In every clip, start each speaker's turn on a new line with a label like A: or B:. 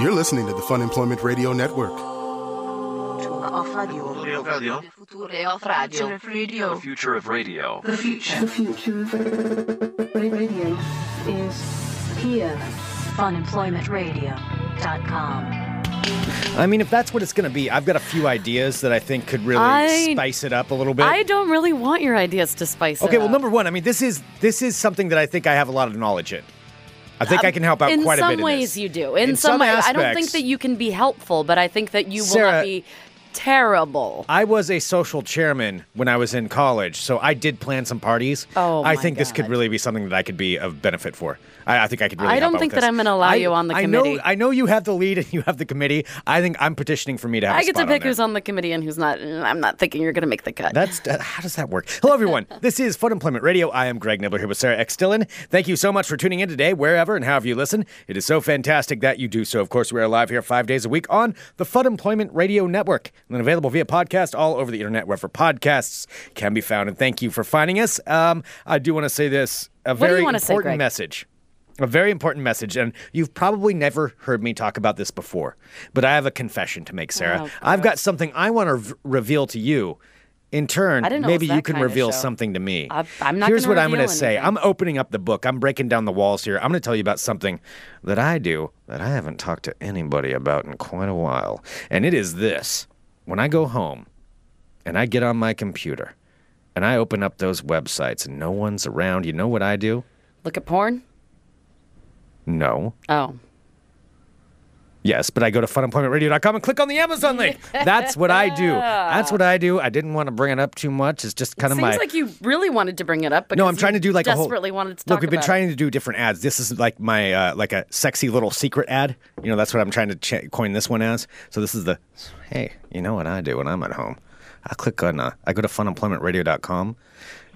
A: You're listening to the Fun Employment Radio Network.
B: Future of Radio.
C: The
B: Future of Radio. Radio.
C: future of radio.
D: The future of radio is here.
E: Funemploymentradio.com.
F: I mean, if that's what it's going to be, I've got a few ideas that I think could really
G: I-
F: spice it up a little bit.
G: I don't really want your ideas to spice
F: okay,
G: it
F: well,
G: up.
F: number one, I mean, this is this is something that I think I have a lot of knowledge in. I think I can help out
G: Um, in
F: quite a
G: some
F: bit. in
G: ways
F: this.
G: you do. In,
F: In
G: some,
F: some
G: I- I don't think
F: aspects.
G: that you can be helpful, but I think that you will
F: Sarah-
G: not be terrible.
F: I was a social chairman when I was in college, so I did plan some parties.
G: Oh,
F: I
G: my
F: think this could
G: God.
F: really be something that I could be of benefit for. I, I think I could really. help
G: I don't
F: out
G: think
F: with
G: that
F: this.
G: I'm gonna allow
F: I-
G: you on the
F: I
G: committee.
F: Know, I know you have the lead and you have the committee. I think I'm petitioning for me to have.
G: I
F: a
G: get to
F: spot on
G: pick
F: there.
G: who's on the committee and who's not. and I'm not thinking you're going to make the cut.
F: That's uh, how does that work? Hello, everyone. this is Fun Employment Radio. I am Greg Nibbler here with Sarah X. Dillon. Thank you so much for tuning in today, wherever and however you listen. It is so fantastic that you do so. Of course, we are live here five days a week on the Fun Employment Radio Network, and then available via podcast all over the internet, wherever podcasts can be found. And thank you for finding us. Um, I do want to say this: a
G: do you
F: very
G: wanna
F: important
G: say, Greg?
F: message. A very important message, and you've probably never heard me talk about this before, but I have a confession to make, Sarah.
G: Oh,
F: I've got something I want to v- reveal to you. In turn,
G: I didn't know it
F: maybe
G: was that
F: you can
G: kind of
F: reveal
G: show.
F: something to me.
G: I- I'm not
F: Here's
G: gonna
F: what I'm
G: reveal
F: gonna say.
G: anything.
F: I'm opening up the book. I'm breaking down the walls here. I'm going to tell you about something that I do that I haven't talked to anybody about in quite a while. And it is this. When I go home and I get on my computer and I open up those websites and no one's around, you know what I do?
G: Look at porn.
F: No.
G: Oh,
F: Yes, but I go to funemploymentradio.com and click on the Amazon link. That's what I do. That's what I do. I didn't want to bring it up too much. It's just kind of
G: seems
F: my
G: like you really wanted to bring it up.
F: No, I'm
G: because
F: trying
G: you
F: to do like
G: desperately
F: a whole.
G: wanted to talk
F: look, we've been
G: about
F: trying to do different ads. This is like my uh, like a sexy little secret ad. You know, that's what I'm trying to ch- coin this one as. So this is the hey, you know what I do when I'm at home? I click on uh, I go to funemploymentradio.com.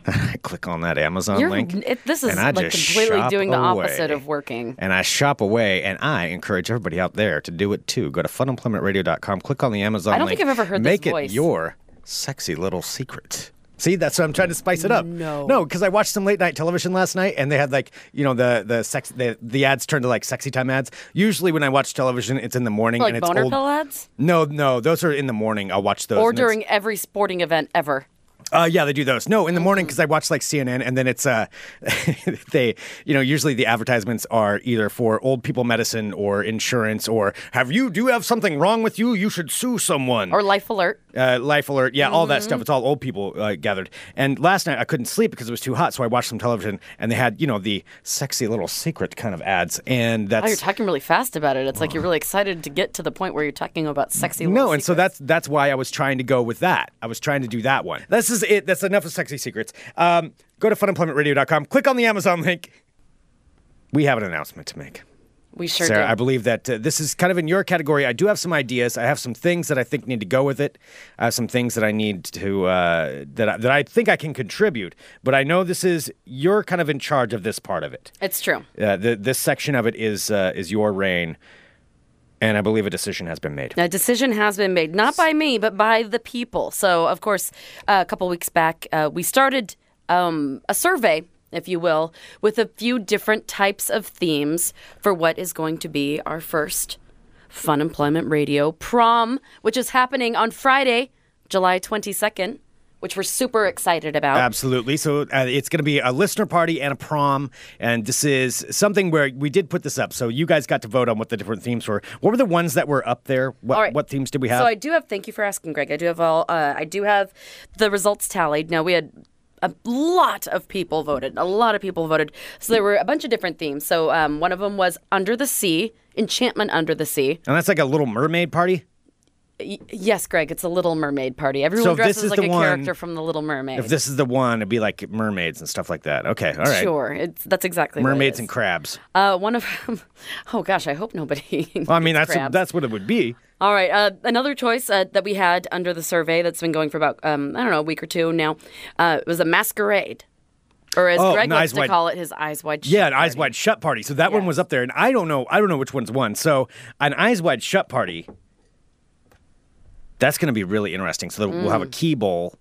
F: I click on that Amazon
G: It. You're,
F: link.
G: it, this is
F: and I
G: like
F: just
G: completely
F: shop
G: doing the
F: away.
G: opposite of working.
F: And I shop away, and I encourage everybody out there to do it too. Go to funemploymentradio.com, click on the Amazon
G: I don't
F: link,
G: think I've ever heard this
F: Make it
G: voice.
F: your sexy little secret. See, that's what I'm trying to spice it up. No, no, because I watched some late night television last night, and they had like you know the the sex the, the ads turned to like sexy time ads. Usually, when I watch television, it's in the morning
G: Like
F: and it's
G: boner
F: old.
G: pill ads,
F: No, no, those are in the morning. I'll watch those
G: or
F: and it's-
G: during every sporting event ever.
F: uh, yeah, they do those. No, in the morning because I watch like CNN, and then it's uh, they, you know, usually the advertisements are either for old people medicine or insurance or have you do you have something wrong with you? You should sue someone
G: Or Mm-hmm. Life Alert.
F: uh, Life Alert, yeah, all that stuff. It's all old people uh, gathered. And last night I couldn't sleep because it was too hot, so I watched some television, and they had you know the sexy little secret kind of ads, and
G: Oh, you're
F: that's
G: talking really fast about it. It's like you're really excited to get to the point where you're talking about sexy.
F: No,
G: little
F: and so
G: secrets.
F: that's that's why I was trying to go with that. I was trying to do that one. This is it. That's enough of sexy secrets. Um, go to funemploymentradio.com. Click on the Amazon link. We have an announcement to make.
G: we sure
F: Sarah,
G: do.
F: I believe that uh, this is kind of in your category. I do have some ideas. I have some things that I think need to go with it. I have some things that I need to uh, that I, that I think I can contribute. But I know this is you're kind of in charge of this part of it.
G: it's true.
F: Uh, the, this section of it is uh, is your reign, and I believe a decision has been made.
G: A decision has been made, not by me, but by the people. So, of course, uh, a couple weeks back, uh, we started um, a survey, if you will, with a few different types of themes for what is going to be our first Fun Employment Radio prom, which is happening on Friday, July 22nd, which we're super excited about.
F: Absolutely. So uh, it's going to be a listener party and a prom, and this is something where we did put this up. So you guys got to vote on what the different themes were. What were the ones that were up there? What,
G: All right.
F: what themes did we have?
G: So I do have. Thank you for asking, Greg. I do have all. Uh, I do have the results tallied. Now we had a lot of people voted. A lot of people voted. So there were a bunch of different themes. So um, one of them was Under the Sea, Enchantment Under the Sea.
F: and that's like a Little Mermaid party.
G: Y- yes, Greg, it's a Little Mermaid party. Everyone
F: So if this
G: dresses
F: is
G: like
F: the
G: a
F: one-
G: character from the Little Mermaid.
F: If this is the one, it'd be like mermaids and stuff like that. Okay, all right.
G: Sure, it's, that's exactly what it
F: Mermaids
G: is.
F: and crabs.
G: uh, one of them. Oh gosh, I hope nobody.
F: Well, I mean,
G: eats
F: that's
G: crabs.
F: that's what it would be.
G: All right. Uh, another choice uh, that we had under the survey that's been going for about um, I don't know a week or two now uh, was a masquerade, or as
F: Oh,
G: Greg
F: an
G: likes
F: eyes
G: to
F: wide-
G: call it, his eyes wide. Shut
F: Yeah, an eyes
G: party.
F: wide shut party. So that one
G: Yes.
F: was up there, and I don't know, I don't know which one's won. So an eyes wide shut party.
G: Mm.
F: That's going to be really interesting. So we'll have a key bowl,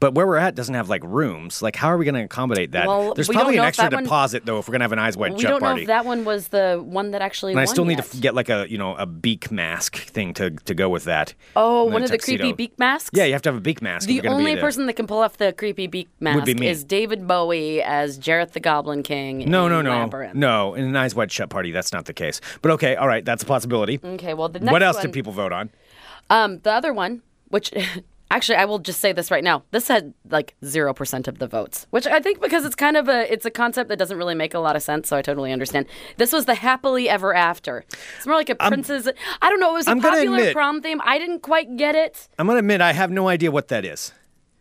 F: But where we're at doesn't have like rooms. Like, how are we going to accommodate that?
G: Well,
F: There's
G: we don't
F: probably an
G: know if
F: extra
G: that one-
F: deposit though if we're going to have an eyes wide
G: We
F: shut
G: don't know
F: party.
G: if that one was the one that actually.
F: and I
G: won
F: still need
G: yet.
F: to get like a you know a beak mask thing to to go with that.
G: Oh,
F: And then
G: one of the
F: tuxedo.
G: creepy beak masks.
F: Yeah, you have to have a beak mask. if
G: The
F: you're gonna be
G: only
F: there.
G: person that can pull off the creepy beak
F: Would
G: mask
F: be me.
G: is David Bowie as Jareth the Goblin King.
F: No,
G: in
F: no, no,
G: Labyrinth.
F: no. In an eyes wide shut party, that's not the case. But okay, all right, that's a possibility.
G: Okay, well the next
F: What else
G: one,
F: did people vote on?
G: Um, the other one, which actually I will just say this right now, this had like zero percent of the votes, which I think because it's kind of a it's a concept that doesn't really make a lot of sense. So I totally understand. This was the happily ever after. It's more like a princess. I don't know. It was a
F: I'm gonna
G: popular
F: admit-
G: prom theme. I didn't quite get it.
F: I'm gonna admit I have no idea what that is.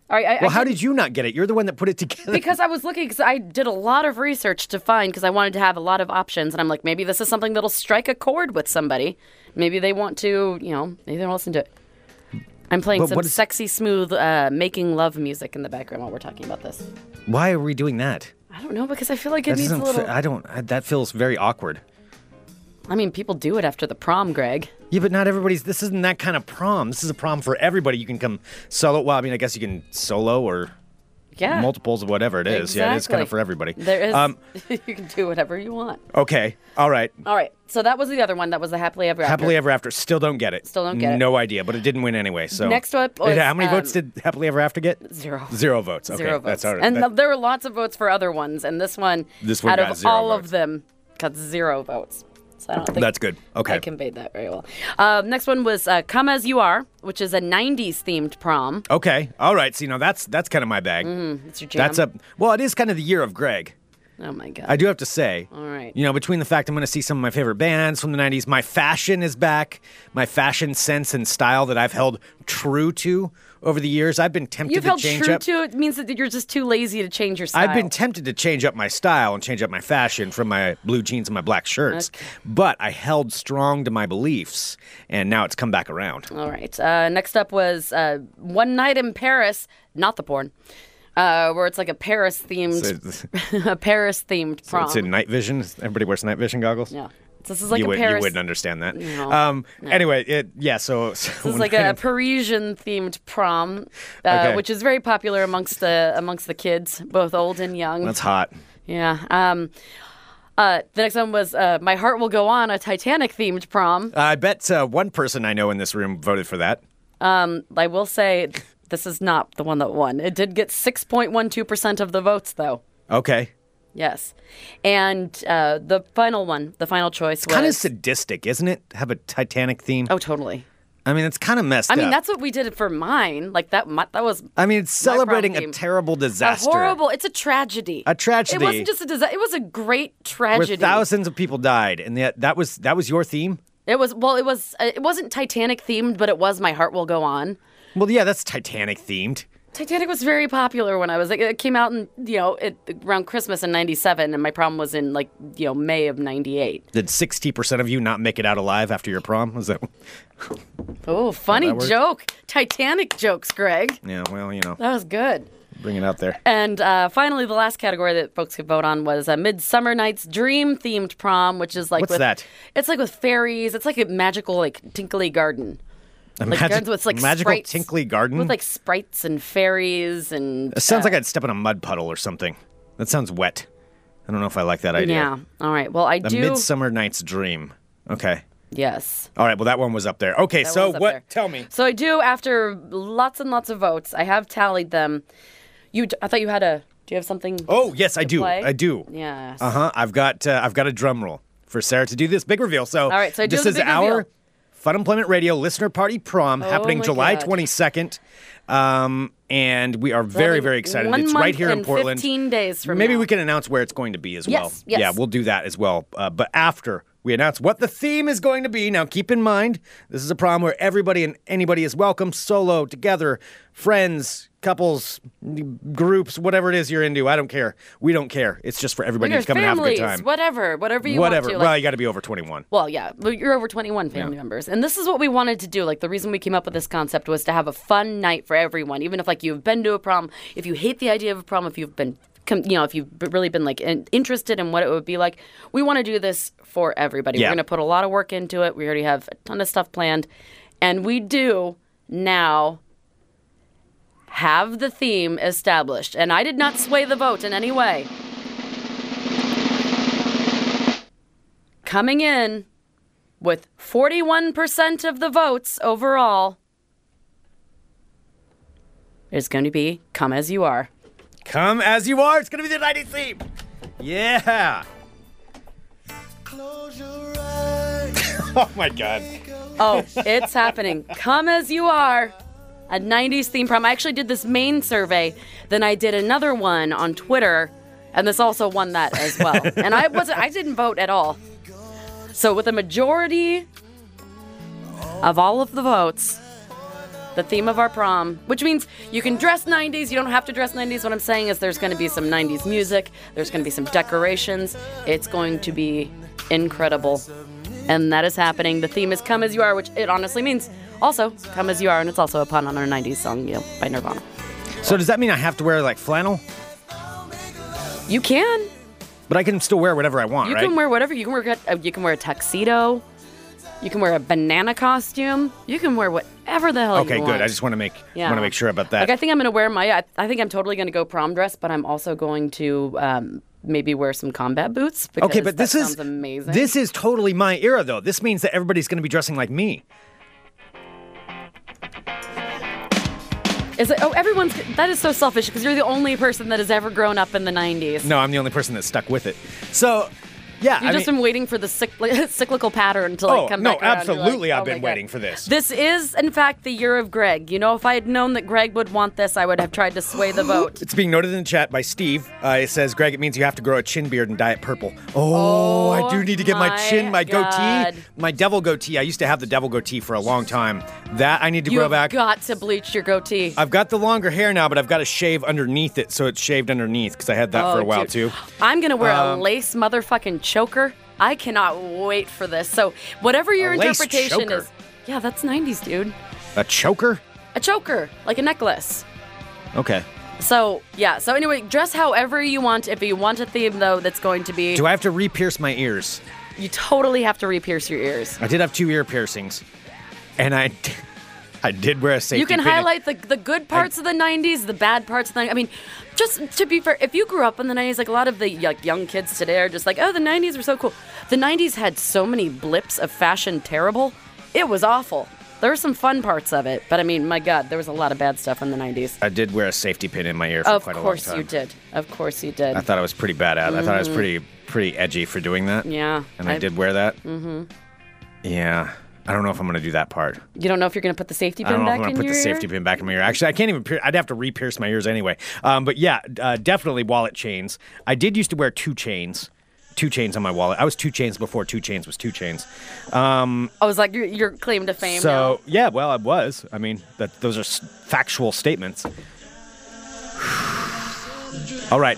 G: All right. I,
F: Well,
G: I
F: how
G: did-
F: did you not get it? You're the one that put it together.
G: because I was looking, because I did a lot of research to find, because I wanted to have a lot of options, and I'm like, maybe this is something that'll strike a chord with somebody. Maybe they want to, you know, maybe they will listen to it. I'm playing
F: But
G: some
F: what is-
G: sexy, smooth, uh, making love music in the background while we're talking about this.
F: Why are we doing that?
G: I don't know because I feel like it
F: That
G: needs a
F: doesn't. fe-
G: little. I...
F: I don't. I, that feels very awkward.
G: mean, people do it after the prom, Greg.
F: Yeah, but not everybody's. This isn't that kind of prom. This is a prom for everybody. You can come solo. Well, I mean, I guess you can solo or
G: Yeah,
F: multiples of whatever it is. Yeah, it's kind
G: exactly.
F: of for everybody.
G: There is.
F: Um,
G: you can do whatever you want.
F: okay. All right.
G: All right, so that was the other one. That was the happily ever after.
F: Happily Ever After. Still don't get it.
G: Still don't get it.
F: No idea, but it didn't win anyway. So
G: Next up
F: Yeah,
G: was,
F: how many
G: um,
F: votes did Happily Ever After get?
G: Zero.
F: Zero votes. Okay,
G: zero votes.
F: that's all right.
G: And
F: That-
G: th- there were lots of votes for other ones, and this one,
F: This one
G: out
F: got
G: of
F: zero
G: all
F: votes.
G: of them, got zero votes. So I don't think
F: That's good. Okay.
G: I conveyed that very well. Uh, next one was uh, "Come as You Are," which is a '90s themed prom.
F: okay. All right. So you know that's that's kind of my bag.
G: It's your jam.
F: That's a well. It is kind of the year of Greg.
G: oh my god.
F: I do have to say.
G: All right.
F: You know, between the fact I'm going to see some of my favorite bands from the 90s, my fashion is back, my fashion sense and style that I've held true to over the years. I've been tempted
G: You've
F: to
G: held
F: change
G: true
F: up.
G: to it means that you're just too lazy to change your style.
F: I've been tempted to change up my style and change up my fashion from my blue jeans and my black shirts,
G: Okay.
F: but I held strong to my beliefs, and now it's come back around.
G: all right. Uh, next up was uh, "One Night in Paris," not the porn, uh, where it's like a Paris themed,
F: So-
G: a Paris themed prom.
F: It's in night vision. Everybody wears night vision goggles.
G: yeah. So This is like
F: you,
G: a
F: would,
G: Paris.
F: you wouldn't understand that.
G: No.
F: um, Anyway, it, yeah. So, so
G: This is
F: when
G: like
F: I-
G: a Parisian themed prom, uh,
F: Okay.
G: which is very popular amongst the amongst the kids, both old and young.
F: that's hot.
G: yeah. Um, uh, the next one was uh, "My Heart Will Go On," a Titanic themed prom.
F: I bet uh, one person I know in this room voted for that.
G: I will say this is not the one that won. It did get six point one two percent of the votes, though.
F: Okay.
G: Yes, and uh, the final one, the final choice was
F: Kind of sadistic, isn't it? Have a Titanic theme.
G: oh, totally.
F: I mean, it's kind of messed
G: I
F: up.
G: mean, that's what we did for mine. Like that, mi- that was
F: I mean, it's
G: my prom
F: celebrating a
G: theme.
F: terrible disaster.
G: A horrible. It's a tragedy.
F: A tragedy.
G: It wasn't just a disaster. It was a great
F: where
G: tragedy.
F: thousands of people died, and that that was that was your theme.
G: It was well. It was. uh, It wasn't Titanic themed, but it was. My heart will go on.
F: Well, yeah, that's Titanic themed.
G: Titanic was very popular when I was like it came out in you know it, around Christmas in '97, and my prom was in like you know May of '98.
F: Did sixty percent of you not make it out alive after your prom? Was that?
G: Oh, funny
F: worked.
G: joke. Titanic jokes, Greg.
F: Yeah, well, you know,
G: That was good.
F: bring it out there.
G: And uh, finally, the last category that folks could vote on was a Midsummer Night's Dream themed prom, which is like
F: What's
G: with,
F: that?
G: It's like with fairies. It's like a magical, like tinkly garden.
F: A
G: like
F: magic-
G: gardens with like
F: magical
G: sprites,
F: tinkly garden.
G: with like sprites and fairies and
F: it Mm. sounds like I'd step in a mud puddle or something. That sounds wet. I don't know if I like that idea.
G: yeah. All right. Well, I
F: A
G: do.
F: Midsummer Night's Dream. Okay.
G: yes.
F: All right. Well, that one was up there. Okay.
G: That
F: so
G: one's up
F: what?
G: there.
F: Tell me.
G: So I do after lots and lots of votes. I have tallied them. You. d- I thought you had a. Do you have something?
F: Oh yes, I do.
G: play?
F: I do.
G: Yes.
F: Uh huh. I've got uh, I've got a drum roll for Sarah to do this big reveal. So all
G: right, so I do
F: this
G: the
F: is
G: big
F: our
G: reveal. Oh
F: Fun Employment Radio listener party prom happening
G: my
F: July
G: God.
F: twenty second, um, and we are very
G: Lovely.
F: very excited.
G: One
F: it's
G: month
F: right here in
G: and
F: Portland.
G: 15 days from
F: maybe
G: now.
F: we can announce where it's going to be as well.
G: Yes, yes.
F: Yeah, we'll do that as well. Uh, but after. We announce what the theme is going to be. Now, keep in mind, this is a prom where everybody and anybody is welcome, solo, together, friends, couples, groups, whatever it is you're into. I don't care. We don't care. It's just for everybody
G: Your
F: to come and have a good
G: families,
F: time
G: whatever, whatever you
F: whatever.
G: want to. like-
F: well, you got to be over 21.
G: Well, yeah, but you're over 21 family members. And this is what we wanted to do. Like, the reason we came up with this concept was to have a fun night for everyone, even if, like, you've been to a prom, if you hate the idea of a prom, if you've been. com- You know, if you've b- really been like in- interested in what it would be like, we want to do this for everybody.
F: Yeah.
G: We're going to put a lot of work into it. We already have a ton of stuff planned, and we do now have the theme established. And I did not sway the vote in any way. Coming in with 41% of the votes overall is going to be Come As You Are.
F: Come as you are. It's going to be the 90s theme. Yeah. oh my God.
G: Oh, it's happening. Come as you are. A 90s theme prom. I actually did this main survey, then I did another one on Twitter, and this also won that as well. and I wasn't I didn't vote at all. So with a majority of all of the votes, the theme of our prom, which means you can dress 90s, you don't have to dress 90s. What I'm saying is there's going to be some 90s music, there's going to be some decorations. It's going to be incredible. And that is happening. The theme is Come As You Are, which it honestly means also Come As You Are, and it's also a pun on our 90s song, you know, by Nirvana.
F: So does that mean I have to wear like flannel?
G: You can.
F: But I can still wear whatever I want,
G: You
F: right?
G: can wear whatever. You can wear uh, you can wear a tuxedo. You can wear a banana costume. You can wear whatever the hell
F: okay,
G: you want.
F: good. I just want to make want to make sure about that.
G: Like I think I'm gonna wear my. I, I think I'm totally gonna go prom dress, but I'm also going to um, maybe wear some combat boots. Because
F: okay, but
G: that
F: this is
G: sounds amazing.
F: This is totally my era, though. This means that everybody's going to be dressing like me.
G: is it, oh everyone's that is so selfish because you're the only person that has ever grown up in the 90s.
F: No, I'm the only person that stuck with it. So, yeah,
G: You've
F: I
G: just
F: mean,
G: been waiting for the cycl- cyclical pattern to like
F: Oh,
G: come
F: no,
G: back around. You're like,
F: absolutely I've
G: "Oh
F: been
G: my God."
F: waiting for this.
G: This is, in fact, the year of Greg. You know, if I had known that Greg would want this, I would have tried to sway the vote.
F: it's being noted in the chat by Steve. Uh, it says, Greg, it means you have to grow a chin beard and dye it purple. Oh, I do need to get my,
G: Oh my
F: chin, my
G: God.
F: goatee, my devil goatee. I used to have the devil goatee for a long time. That I need to
G: you
F: grow
G: have
F: back.
G: got to bleach your goatee.
F: I've got the longer hair now, but I've got to shave underneath it, so it's shaved underneath because I had that for a while
G: Oh, dude.
F: too. Um,
G: I'm gonna wear a lace motherfucking choker. I cannot wait for this. So whatever your
F: A lace
G: interpretation
F: choker?
G: is, yeah, that's 90s, dude.
F: A choker?
G: A choker, like a necklace.
F: Okay.
G: So yeah. So anyway, dress however you want. If you want a theme though, that's going to be
F: Do I have to re-pierce my ears?
G: you totally have to re-pierce your ears.
F: I did have two ear piercings, and I, I did wear a safety.
G: You can
F: pin.
G: highlight the, the good parts of the 90s, the bad parts of the I mean, just to be fair, if you grew up in the 90s, like a lot of the like, young kids today are just like, oh, the 90s were so cool. The 90s had so many blips of fashion terrible. It was awful. There were some fun parts of it, but I mean, my God, there was a lot of bad stuff in the 90s.
F: I did wear a safety pin in my ear for
G: Of
F: quite a long
G: course
F: time.
G: you did. Of course you did.
F: I thought I was pretty bad at. it. I thought I was pretty pretty edgy for doing that.
G: Yeah,
F: And I,
G: I-
F: did wear that. Mm-hmm. Yeah. I don't know if I'm gonna do that part.
G: you don't know if you're going to put the safety
F: I
G: pin
F: don't know if
G: back
F: I'm gonna
G: in
F: put
G: your
F: the safety pin back in my ear. Actually, I can't even. Pier- I'd have to re-pierce my ears anyway. Um, but yeah, uh, definitely wallet chains. I did used to wear two chains, two chains on my wallet. I was two chains before two chains was two chains.
G: I was like, Oh, your, your claim to fame.
F: So yeah, well, I was. I mean, that those are s- factual statements. All right,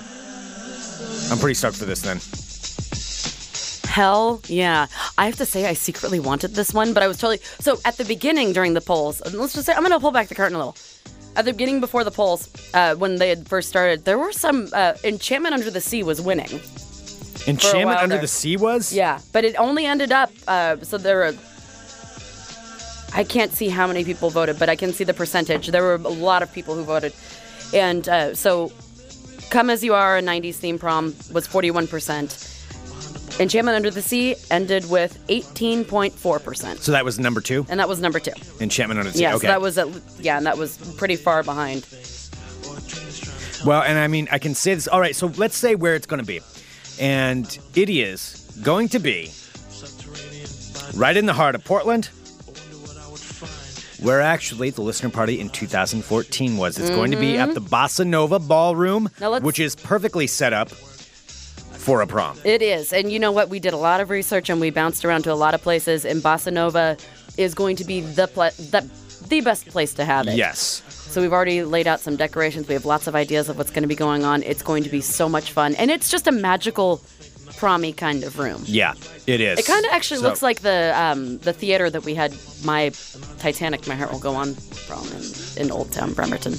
F: I'm pretty stoked for this then.
G: Hell yeah. I have to say, I secretly wanted this one, but I was totally. So at the beginning during the polls, and let's just say, I'm going to pull back the curtain a little. At the beginning before the polls, uh, when they had first started, there were some. Uh, Enchantment Under the Sea was winning.
F: Enchantment
G: while
F: Under
G: there.
F: the Sea was.
G: Yeah. But it only ended up. Uh, so there were. I can't see how many people voted, but I can see the percentage. There were a lot of people who voted. And uh, so Come As You Are, a 90s theme prom, was 41%. Enchantment Under the Sea ended with 18.4%.
F: So that was number two.
G: And that was number two.
F: Enchantment Under the Sea.
G: Yeah,
F: okay.
G: so that was, at, l- yeah, and that was pretty far behind.
F: Well, and I mean, I can say this. All right, so let's say where it's going to be. And it is going to be right in the heart of Portland, where actually the listener party in 2014 was. It's going to be at the Bossa Nova Ballroom,
G: Mm-hmm. Now let's-
F: which is perfectly set up for a prom.
G: It is. And you know what? We did a lot of research and we bounced around to a lot of places, and Bossa Nova is going to be the, pla the, the best place to have it.
F: Yes.
G: So we've already laid out some decorations. We have lots of ideas of what's going to be going on. It's going to be so much fun. And it's just a magical, promy kind of room.
F: Yeah, it is.
G: It kind of actually
F: So-
G: looks like the um, the theater that we had my Titanic, My Heart Will Go On from in, in Old Town Bremerton.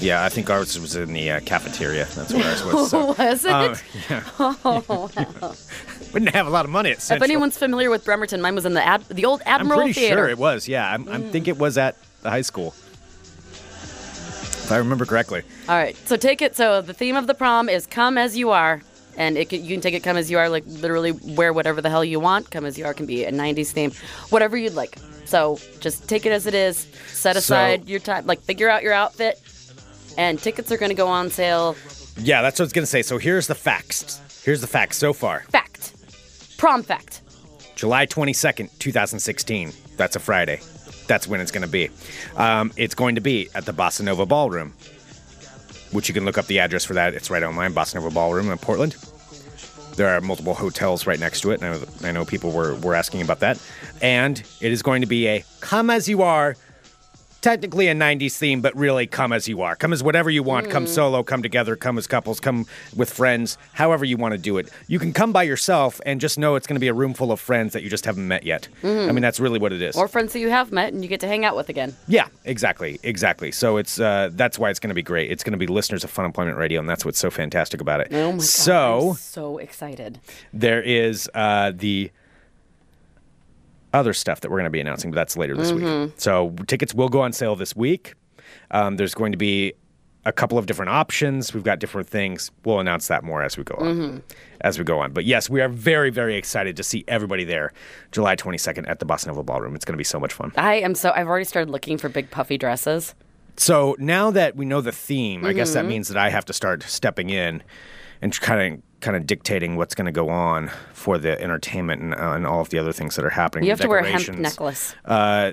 F: Yeah, I think ours was in the uh, cafeteria. That's where ours was. So.
G: Was it?
F: Um, yeah. we didn't have a lot of money at
G: Oh, if
F: Central.
G: anyone's familiar with Bremerton, mine was in the ad- the old
F: I'm
G: Admiral
F: pretty
G: Theater.
F: sure it was. Yeah, I'm, I think it was at the high school. if I remember correctly.
G: All right. So take it. So the theme of the prom is "Come as you are," and it can, you can take it "Come as you are," like literally wear whatever the hell you want. "Come as you are" can be a '90s theme, whatever you'd like. So just take it as it is. Set aside your time. Like figure out your outfit. And tickets are going to go on sale.
F: Yeah, that's what I was gonna say. So here's the facts. Here's the facts so far.
G: Fact. Prom fact.
F: July 22nd, 2016. That's a Friday. That's when it's going to be. Um, it's going to be at the Bossa Nova Ballroom, which you can look up the address for that. It's right online, Bossa Nova Ballroom in Portland. There are multiple hotels right next to it, and I know, I know people were, were asking about that. And it is going to be a come as you are, technically a 90s theme, but really come as you are. Come as whatever you want. Come solo, come together, come as couples, come with friends, however you want to do it. You can come by yourself and just know it's going to be a room full of friends that you just haven't met yet. I mean, that's really what it is.
G: Or friends that you have met and you get to hang out with again. Oh
F: Yeah, exactly, exactly. So it's uh, that's why it's going to be great. It's going to be listeners of Fun Employment Radio, and that's what's so fantastic about it.
G: Oh my God,
F: so
G: I'm so excited.
F: there is uh, the other stuff that we're going to be announcing, but that's later this week.
G: Mm-hmm.
F: So tickets will go on sale this week. Um, there's going to be a couple of different options. We've got different things. We'll announce that more as we go on.
G: Mm-hmm.
F: As we go on. But yes, we are very, very excited to see everybody there, July 22nd at the Bossa Nova Ballroom. It's going to be so much fun.
G: I am so I've already started looking for big puffy dresses.
F: So now that we know the theme, I guess
G: Mm-hmm.
F: that means that I have to start stepping in and kind of kind of dictating what's going to go on for the entertainment and, uh, and all of the other things that are happening.
G: You have to wear a hemp
F: Decorations.
G: necklace.
F: Uh,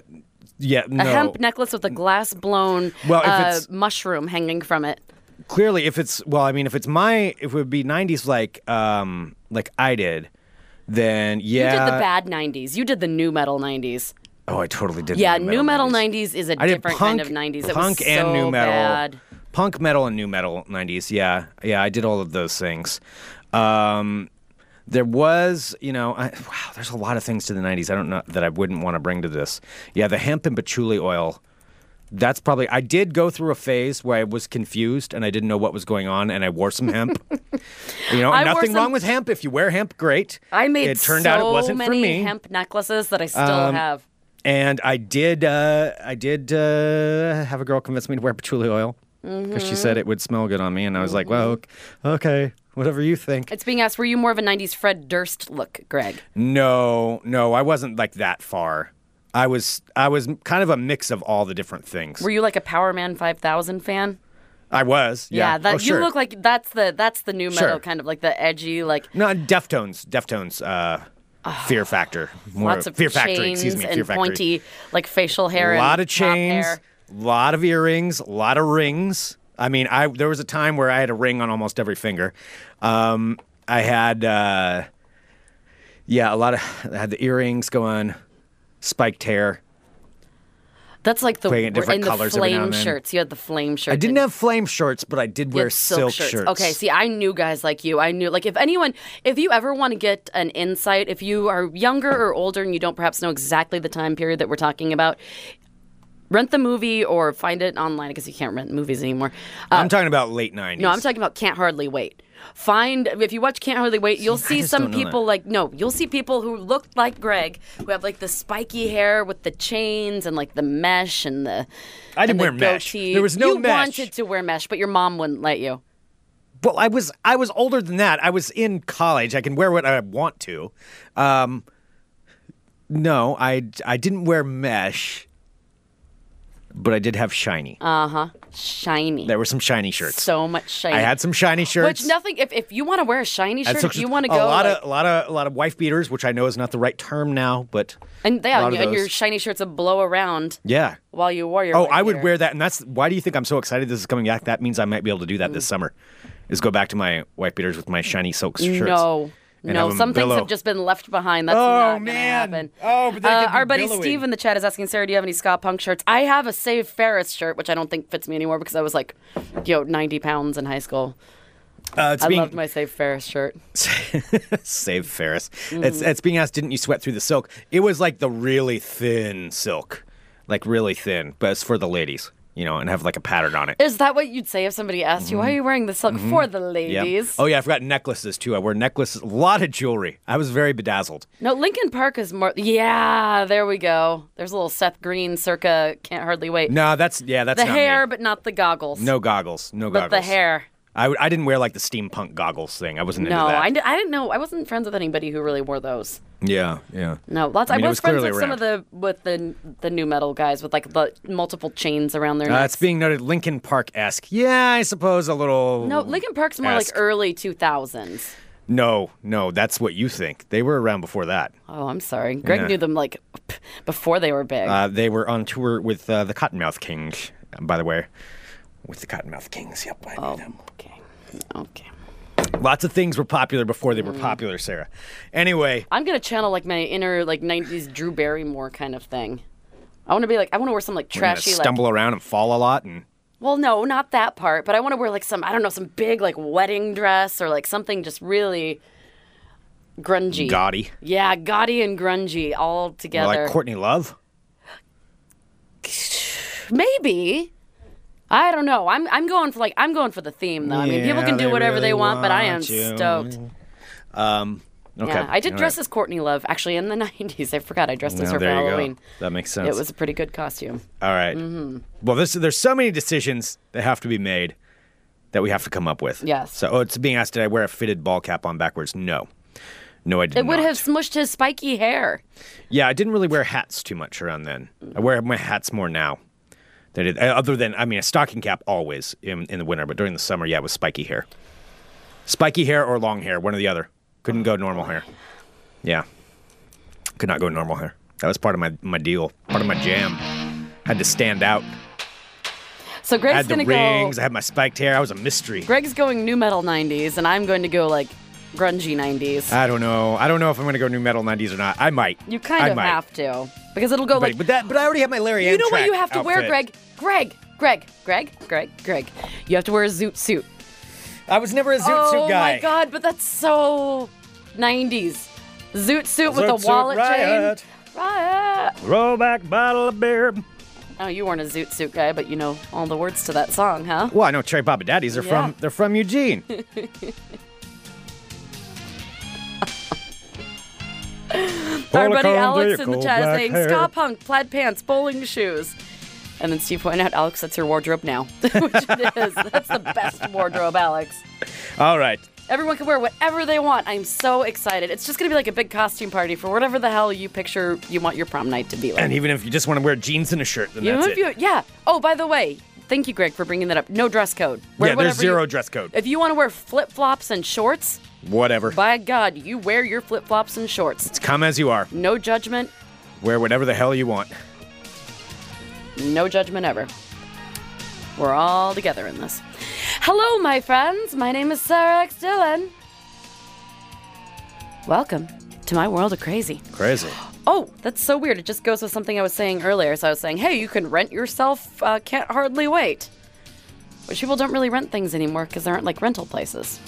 F: yeah, no.
G: A hemp necklace with a glass blown
F: Well, if
G: uh,
F: it's-
G: mushroom hanging from it.
F: Clearly, if it's well, I mean, if it's my, if it would be '90s like um like I did, then yeah.
G: You did the bad 90s. You did the new metal 90s.
F: Oh, I totally did.
G: Yeah,
F: the
G: new metal
F: 90s.
G: 90s is a
F: I did
G: different
F: punk,
G: kind of 90s. It
F: punk
G: was
F: and
G: so
F: new metal,
G: bad.
F: punk metal and new metal 90s. Yeah, yeah, I did all of those things. Um, there was, you know, I, wow, there's a lot of things to the 90s. I don't know that I wouldn't want to bring to this. Yeah, the hemp and patchouli oil. That's probably. I did go through a phase where I was confused and I didn't know what was going on, and I wore some hemp. you know,
G: I wore
F: nothing wrong
G: some-
F: with hemp. If you wear hemp, great.
G: I made
F: It turned
G: so
F: out it wasn't
G: many
F: for me. Um,
G: hemp necklaces that I still have.
F: and I did uh, I did uh, have a girl convince me to wear patchouli oil because she
G: Mm-hmm.
F: said it would smell good on me, and I was like, well, ok- okay, whatever you think.
G: It's being asked, were you more of a 90s Fred Durst look, Greg?
F: No, no, I wasn't like that far. I was I was kind of a mix of all the different things.
G: Were you like a Power Man 5000 fan?
F: I was, yeah.
G: that
F: Oh, sure.
G: you look like that's the that's the new metal
F: Sure.
G: kind of like the edgy like
F: no Deftones, Deftones. Uh, Fear Factor, more
G: Ah, lots of
F: Fear
G: chains
F: Factory. Excuse me,
G: and
F: Fear Factory.
G: pointy like facial hair,
F: A
G: and
F: lot of
G: top
F: chains,
G: hair.
F: a lot of earrings, a lot of rings. I mean, I there was a time where I had a ring on almost every finger. Um, I had, uh, yeah, a lot of I had the earrings going, spiked hair.
G: That's like the
F: Playing in different
G: and the
F: colours every
G: flame
F: now and then.
G: shirts. You had the flame shirt.
F: I didn't
G: and-
F: have flame shorts, but I did
G: you
F: wear
G: had silk, shirts. Okay, see, I knew guys like you. I knew like if anyone, if you ever want to get an insight, if you are younger or older and you don't perhaps know exactly the time period that we're talking about. Rent the movie or find it online because you can't rent movies anymore. Uh,
F: I'm talking about late '90s.
G: No, I'm talking about can't hardly wait. Find if you watch Can't Hardly Wait, you'll
F: I
G: see
F: just
G: some
F: don't know
G: people
F: that.
G: like no, you'll see people who look like Greg, who have like the spiky hair with the chains and like the mesh and the.
F: I didn't
G: and the
F: wear mesh.
G: goatee.
F: There was no
G: you
F: mesh.
G: wanted to wear mesh, but your mom wouldn't let you.
F: Well, I was I was older than that. I was in college. I can wear what I want to. Um, no, I I didn't wear mesh, but I did have shiny.
G: Shiny,
F: there were some shiny shirts.
G: Ah. so much shiny.
F: I had some shiny shirts.
G: Which nothing. If, if you want to wear a shiny
F: I
G: shirt,
F: took
G: if you want to go
F: a lot
G: like,
F: of a lot of a lot of wife beaters, which I know is not the right term now, but
G: and
F: a
G: yeah,
F: lot
G: and,
F: of
G: and your
F: those.
G: shiny shirts would blow around
F: yeah.
G: while you wore your.
F: Oh,
G: white
F: I would
G: hair.
F: wear that, and that's why do you think I'm so excited? This is coming back. That means I might be able to do that
G: Mm.
F: this summer. Is go back to my wife beaters with my shiny silk shirts.
G: No.
F: and
G: no,
F: have 'em
G: some things
F: billow.
G: have just been left behind. That's
F: Oh,
G: not gonna
F: man.
G: happen.
F: Oh, but they
G: uh,
F: could be
G: our buddy
F: billowing.
G: Steve in the chat is asking Sarah, do you have any ska punk shirts? I have a Save Ferris shirt, which I don't think fits me anymore because I was like, yo, ninety pounds in high school.
F: Uh, it's
G: I
F: being
G: loved my Save Ferris shirt.
F: Save Ferris.
G: Mm.
F: It's, it's being asked, didn't you sweat through the silk? It was like the really thin silk, like really thin, but it's for the ladies. you know, and have like a pattern on it.
G: Is that what you'd say if somebody asked you, why are you wearing this silk for the
F: Yeah.
G: ladies?
F: Mm-hmm. Oh yeah, I forgot necklaces too. I wear necklaces, a lot of jewelry. I was very bedazzled.
G: No, Lincoln Park is more. Yeah, there we go. There's a little Seth Green circa can't hardly wait.
F: No, that's yeah, that's
G: the
F: not
G: hair,
F: Me.
G: but not the goggles.
F: No goggles, no
G: but
F: goggles.
G: the hair.
F: I, I didn't wear like the steampunk goggles thing. I wasn't
G: No,
F: into that.
G: I, d- I didn't know. I wasn't friends with anybody who really wore those.
F: Yeah, yeah.
G: No, lots. I,
F: mean, it
G: was,
F: was
G: friends
F: clearly
G: with some of the with the the new metal guys with like the multiple chains around their
F: Uh,
G: necks.
F: it's being noted Lincoln Park esque. Yeah, I suppose a little.
G: no, Lincoln Park's more
F: Ask.
G: like early 2000s.
F: No, no, that's what you think. They were around before that.
G: Oh, I'm sorry. Greg
F: Yeah.
G: knew them like p- before they were big.
F: Uh, they were on tour with uh, the Cottonmouth Kings, by the way. With the Cottonmouth Kings, yep, I knew
G: Oh.
F: them.
G: okay, okay.
F: Lots of things were popular before they were
G: Mm.
F: popular, Sarah. Anyway,
G: I'm gonna channel like my inner like '90s Drew Barrymore kind of thing. I want to be like I want to wear some like
F: we're gonna
G: trashy like
F: stumble around and fall a lot, and
G: well no not that part but I want to wear like some I don't know some big like wedding dress or like something just really grungy.
F: gaudy.
G: Yeah, gaudy and grungy all together.
F: Like Courtney Love.
G: Maybe. I don't know. I'm I'm going for like I'm going for the theme though. I mean, people
F: Yeah,
G: can do
F: they
G: whatever they
F: really
G: want, but I am
F: want you.
G: stoked.
F: Okay.
G: Yeah, I did
F: all
G: dress
F: right.
G: as Courtney Love actually in the '90s. I forgot I dressed as
F: Now,
G: her for
F: there you
G: Halloween.
F: go. That makes sense.
G: It was Mm-hmm. a pretty good costume.
F: All right. Well, this, there's so many decisions that have to be made that we have to come up with.
G: Yes.
F: So oh, it's being asked, did I wear a fitted ball cap on backwards? No. No, I did
G: It would
F: not.
G: have smushed his spiky hair.
F: Yeah, I didn't really wear hats too much around then. I wear my hats more now. Than I did, other than, I mean, a stocking cap always in, in the winter, but during the summer, yeah, it was spiky hair. Spiky hair or long hair, one or the other. Couldn't go normal hair. Yeah. Could not go normal hair. That was part of my, my deal, part of my jam. Had to stand out.
G: So
F: I
G: Greg's
F: had the
G: gonna
F: rings, I
G: go.
F: had my spiked hair. I was a mystery.
G: Greg's going new metal '90s, and I'm going to go like grungy '90s.
F: I don't know. I don't know if I'm going to go new metal 90s or not. I might.
G: you kind
F: I
G: of
F: might.
G: have to because it'll go
F: But,
G: like
F: but that, but I already have my Larry
G: You know what
F: Amtrak
G: you have to wear,
F: outfit.
G: Greg? Greg, Greg, Greg, Greg, Greg. You have to wear a zoot suit.
F: I was never a zoot
G: oh
F: suit guy.
G: my god, but that's so 90s. Zoot suit with
F: Zoot
G: a
F: suit
G: wallet
F: riot.
G: chain. Riot.
F: Roll back bottle of beer.
G: Oh, you weren't a zoot suit guy, but you know all the words to that song, huh?
F: Well, I know Cherry Papa Daddies are
G: Yeah.
F: from they're from Eugene.
G: Our buddy Alex in the chat is saying ska punk, plaid pants, bowling shoes. And then Steve pointed out, Alex, that's your wardrobe now, which it is. That's the best wardrobe, Alex.
F: All right.
G: Everyone can wear whatever they want. I'm so excited. It's just going to be like a big costume party for whatever the hell you picture you want your prom night to be like.
F: And even if you just want to wear jeans and a shirt, then
G: you
F: that's
G: know,
F: it.
G: if you, yeah. Oh, by the way, thank you, Greg, for bringing that up. No dress code. Wear
F: yeah, there's
G: whatever you- Uh,
F: zero dress code.
G: If you want to wear flip flops and shorts,
F: Whatever.
G: by God, you wear your flip flops and shorts.
F: Come as you are.
G: No judgment.
F: Wear whatever the hell you want.
G: No judgment ever. We're all together in this. Hello, my friends. My name is Sarah X. Dillon. Welcome to my world of crazy.
F: Crazy.
G: Oh, that's so weird. It just goes with something I was saying earlier. So I was saying, hey, you can rent yourself, uh, can't hardly wait. Which people don't really rent things anymore because there aren't like rental places.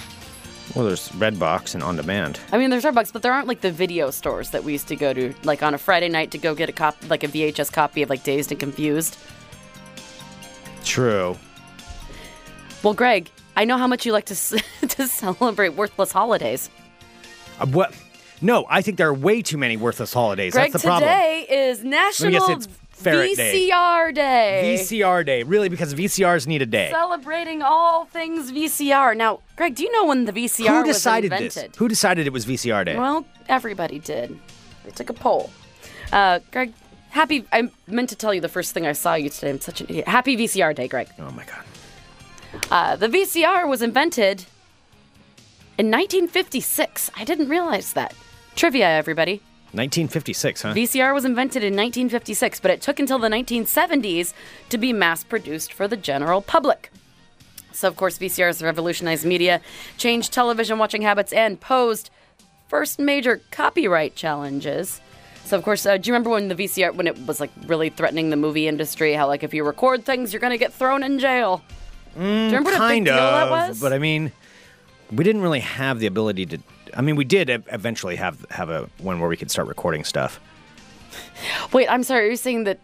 F: Well, there's Redbox and on demand.
G: I mean, there's Starbucks, but there aren't like the video stores that we used to go to, like on a Friday night to go get a cop, like a VHS copy of like Dazed and Confused.
F: True.
G: Well, Greg, I know how much you like to s- to celebrate worthless holidays.
F: Uh, what? No, I think there are way too many worthless holidays.
G: Greg,
F: that's the problem.
G: today is National
F: it's Ferret Day.
G: VCR Day.
F: VCR day, really, because VCRs need a day.
G: celebrating all things VCR. Now, Greg, do you know when the VCR
F: Who
G: was
F: decided
G: invented?
F: this? Who decided it was VCR day?
G: Well, everybody did. They took a poll. Uh, Greg, happy. I meant to tell you the first thing I saw you today. I'm such an idiot. Happy VCR day, Greg.
F: oh my god.
G: Uh, the VCR was invented in 1956. I didn't realize that. Trivia, everybody.
F: 1956, huh?
G: VCR was invented in 1956, but it took until the 1970s to be mass produced for the general public. So, of course, VCRs revolutionized media, changed television watching habits, and posed first major copyright challenges. So, of course, uh, do you remember when the VCR, when it was like really threatening the movie industry? How, like, if you record things, you're going to get thrown in jail. do you remember what a big
F: kind of,
G: deal that was?
F: but I mean, we didn't really have the ability to. I mean, we did ev- eventually have have a one where we could start recording stuff.
G: Wait, I'm sorry. Are you saying that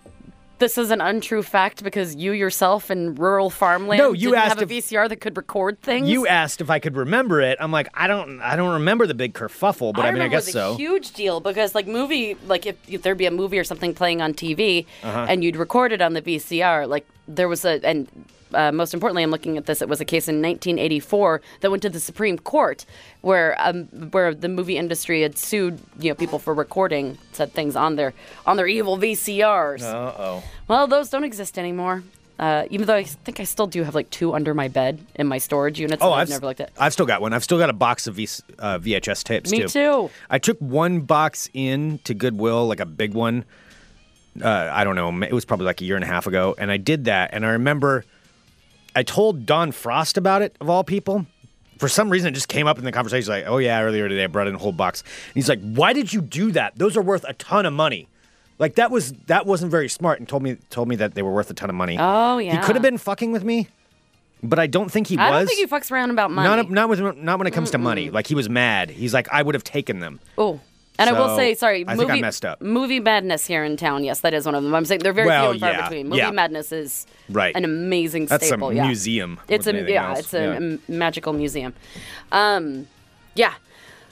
G: this is an untrue fact because you yourself in rural farmland
F: No, you
G: didn't
F: asked
G: have a
F: if-
G: VCR that could record things.
F: You asked if I could remember it. I'm like, I don't, I don't remember the big kerfuffle, but I, mean, I
G: remember
F: guess
G: it was
F: so.
G: a huge deal because like movie, like if, if there'd be a movie or something playing on TV
F: Uh-huh.
G: and you'd record it on the VCR, like there was a and. Uh, most importantly, I'm looking at this. It was a case in 1984 that went to the Supreme Court, where um, where the movie industry had sued you know people for recording said things on their on their evil VCRs.
F: Uh oh.
G: Well, those don't exist anymore. Uh, even though I think I still do have like two under my bed in my storage units.
F: Oh,
G: and I've,
F: I've
G: never looked at.
F: I've still got one. I've still got a box of v- uh, VHS tapes.
G: Me
F: too.
G: too.
F: I took one box in to Goodwill, like a big one. Uh, I don't know. ma- It was probably like a year and a half ago, and I did that. And I remember I told Don Frost about it, of all people. For some reason, it just came up in the conversation. Like, oh yeah, earlier today I brought in a whole box. And he's like, why did you do that? Those are worth a ton of money. Like that was that wasn't very smart, and told me told me that they were worth a ton of money.
G: Oh,
F: he
G: yeah.
F: could have been fucking with me, but I don't think he
G: I
F: was.
G: don't think he fucks around about money.
F: Not, not with not when it comes to money. Like he was mad. He's like, I would have taken them.
G: Oh, and I
F: So,
G: will say, sorry,
F: I
G: movie,
F: think I messed up.
G: Movie madness here in town. Yes, that is one of them. I'm saying they're very
F: Well,
G: few and far
F: yeah,
G: between. Movie
F: yeah.
G: madness is
F: Right.
G: an amazing
F: That's some
G: staple. yeah.
F: museum
G: It's
F: more than
G: a
F: anything
G: yeah,
F: else.
G: it's a
F: Yeah.
G: m- magical museum. Um, yeah.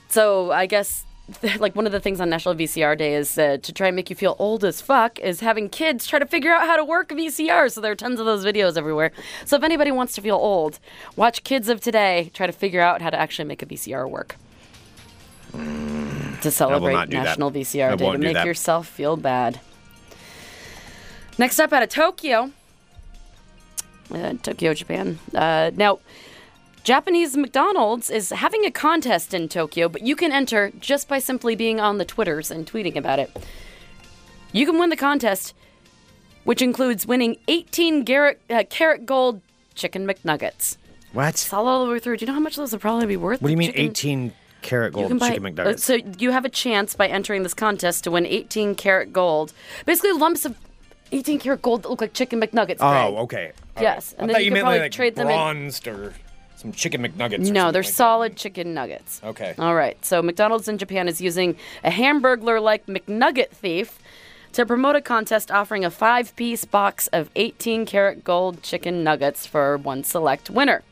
G: So I guess like one of the things on National VCR Day is uh, to try and make you feel old as fuck is having kids try to figure out how to work VCR. So there are tons of those videos everywhere. So if anybody wants to feel old, watch kids of today try to figure out how to actually make a VCR work. To
F: not
G: celebrate
F: do that.
G: National
F: Mm. I
G: VCR Day, to
F: won't do
G: make
F: that.
G: yourself feel bad. Next up out of Tokyo, uh, Tokyo, Japan. Uh, now, Japanese McDonald's is having a contest in Tokyo, but you can enter just by simply being on the Twitters and tweeting about it. You can win the contest, which includes winning 18 Garrett, uh, carat gold chicken McNuggets.
F: What?
G: All the way through. Do you know how much those would probably be worth?
F: What do you mean
G: Chicken-
F: 18 karat
G: you
F: gold
G: can buy-
F: chicken McNuggets?
G: So you have a chance by entering this contest to win 18 karat gold. Basically, lumps of 18 karat gold that look like chicken McNuggets. Greg.
F: oh, okay. All
G: Yes,
F: right.
G: and
F: I
G: then
F: thought
G: you
F: you
G: could
F: meant
G: probably
F: like
G: trade them in-
F: bronzed or some chicken McNuggets. or
G: No,
F: something
G: they're
F: like that.
G: solid uh, chicken nuggets.
F: Okay.
G: All right. So McDonald's in Japan is using a hamburglar like McNugget thief to promote a contest offering a five piece box of 18 karat gold chicken nuggets for one select winner.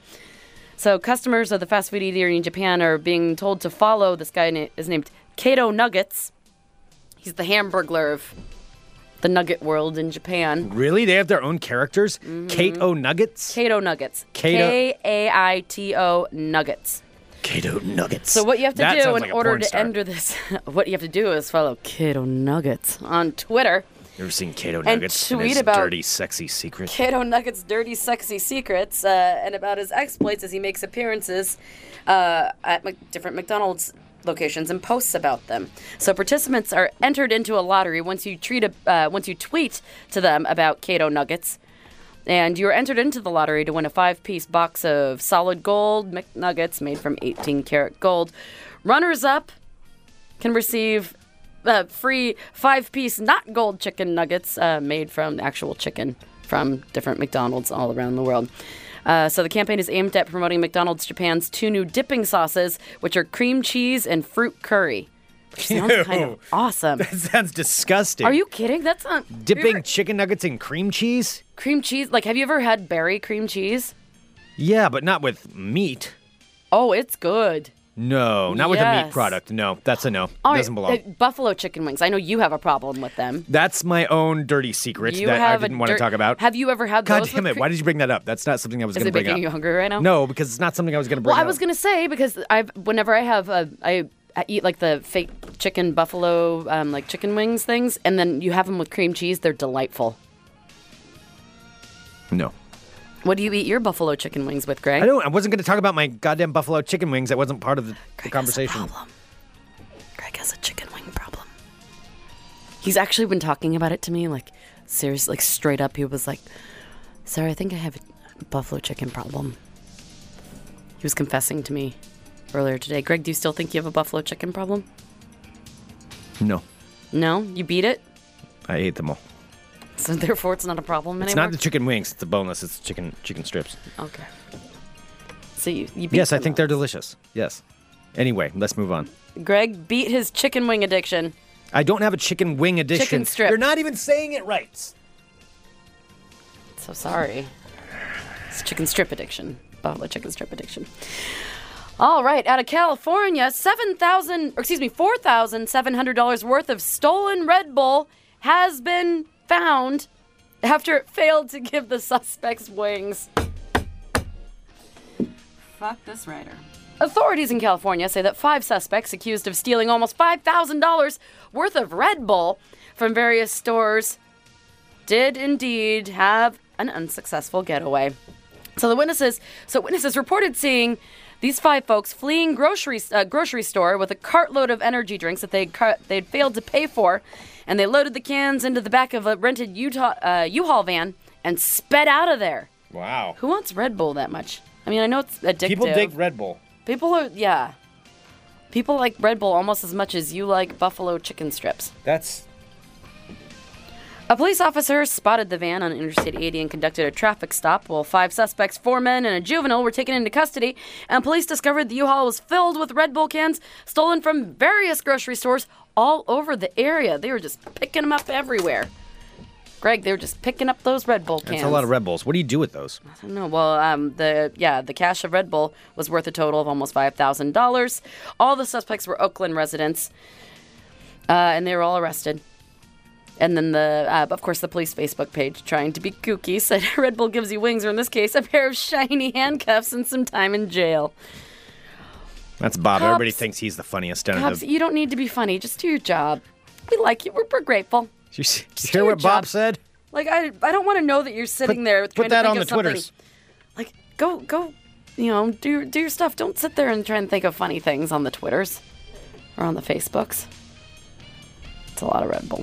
G: So customers of the fast food eater in Japan are being told to follow this guy na- is named Kato Nuggets. He's the hamburglar of the nugget world in Japan.
F: Really? They have their own characters?
G: Mm-hmm.
F: Kate O Nuggets?
G: Kato Nuggets.
F: Kato-
G: K A I T O Nuggets.
F: Kate O Nuggets.
G: So what you have to
F: That
G: do in
F: sounds like a
G: order
F: porn
G: to
F: star.
G: enter this, what you have to do is follow Kato Nuggets on Twitter.
F: You ever seen Kate O Nuggets
G: tweet
F: his
G: about-
F: dirty, sexy secret?
G: Kato Nuggets' dirty, sexy secrets uh, and about his exploits as he makes appearances uh, at Mc- different McDonald's locations and posts about them. So participants are entered into a lottery once you treat a, uh, once you tweet to them about Kato Nuggets. And you're entered into the lottery to win a five piece box of solid gold McNuggets made from 18 karat gold. Runners up can receive uh, free five piece not gold chicken nuggets uh, made from actual chicken from different McDonald's all around the world. Uh, so the campaign is aimed at promoting McDonald's Japan's two new dipping sauces, which are cream cheese and fruit curry. Which sounds kind
F: Ew.
G: of awesome.
F: That sounds disgusting.
G: Are you kidding? That's not have you
F: dipping
G: ever-
F: chicken nuggets in cream cheese?
G: cream cheese. Like, have you ever had berry cream cheese?
F: Yeah, but not with meat.
G: Oh, it's good.
F: No, not with a meat
G: Yes.
F: product. No, that's a no.
G: All right,
F: Doesn't belong.
G: uh, buffalo chicken wings. I know you have a problem with them.
F: That's my own dirty secret
G: You
F: that I
G: have a
F: didn't want to
G: dirt-
F: talk about.
G: Have you ever had
F: God
G: those?
F: damn
G: with
F: it!
G: cre-
F: Why did you bring that up? That's not something I was
G: Is
F: going to
G: it
F: bring
G: making
F: up.
G: you hungry right now?
F: No, because it's not something I was going to bring
G: Well,
F: up.
G: I was gonna say because I've whenever I have uh, I I eat like the fake chicken buffalo um, like chicken wings things, and then you have them with cream cheese. They're delightful.
F: No,
G: What do you eat your buffalo chicken wings with,
F: I
G: Greg?
F: don't. I wasn't going to talk about my goddamn buffalo chicken wings. That wasn't part of the, the conversation.
G: Greg has a chicken wing problem. He's actually been talking about it to me, like seriously, like straight up. He was like, "Sarah, I think I have a buffalo chicken problem." He was confessing to me earlier today. Greg, do you still think you have a buffalo chicken problem?
F: No,
G: No, you beat it.
F: I ate them all.
G: So therefore, it's not a problem
F: It's
G: anymore.
F: not the chicken wings. It's the boneless. It's the chicken chicken strips.
G: okay. So you, you beat
F: Yes, I
G: them
F: think
G: all.
F: they're delicious. Yes. Anyway, let's move on.
G: Greg beat his chicken wing addiction.
F: I don't have a chicken wing addiction.
G: Chicken strip.
F: You're not even saying it right.
G: So sorry. It's chicken strip addiction. Buffalo chicken strip addiction. All right, out of California, seven thousand, or excuse me, four thousand seven hundred dollars worth of stolen Red Bull has been found after it failed to give the suspects wings. Fuck this writer. Authorities in California say that five suspects accused of stealing almost $5,000 worth of Red Bull from various stores did indeed have an unsuccessful getaway. So the witnesses, so witnesses reported seeing these five folks fleeing grocery uh, grocery store with a cartload of energy drinks that they car- they'd failed to pay for, and they loaded the cans into the back of a rented Utah uh, U-Haul van and sped out of there.
F: Wow.
G: Who wants Red Bull that much? I mean, I know it's addictive.
F: People dig Red Bull.
G: People are yeah. People like Red Bull almost as much as you like buffalo chicken strips.
F: That's
G: A police officer spotted the van on Interstate 80 and conducted a traffic stop while five suspects, four men, and a juvenile were taken into custody. And police discovered the U Haul was filled with Red Bull cans stolen from various grocery stores all over the area. They were just picking them up everywhere. Greg, they were just picking up those Red Bull cans.
F: that's a lot of Red Bulls. What do you do with those?
G: No, well, um, the yeah, the cash of Red Bull was worth a total of almost five thousand dollars. All the suspects were Oakland residents, uh, and they were all arrested. And then the, uh, of course, the police Facebook page trying to be kooky said Red Bull gives you wings, or in this case, a pair of shiny handcuffs and some time in jail.
F: That's Bob. Everybody
G: Cops.
F: thinks he's the funniest down
G: Cops,
F: the.
G: you don't need to be funny. Just do your job. We like you. We're, we're grateful.
F: Did you s- did you
G: do
F: hear
G: your
F: what Bob
G: job.
F: said?
G: Like I, I don't want to know that you're sitting there
F: Put,
G: trying
F: put
G: to
F: that
G: think
F: on
G: of
F: the
G: something.
F: Twitters.
G: like go go you know do do your stuff don't sit there and try and think of funny things on the twitters or on the facebooks it's a lot of red bull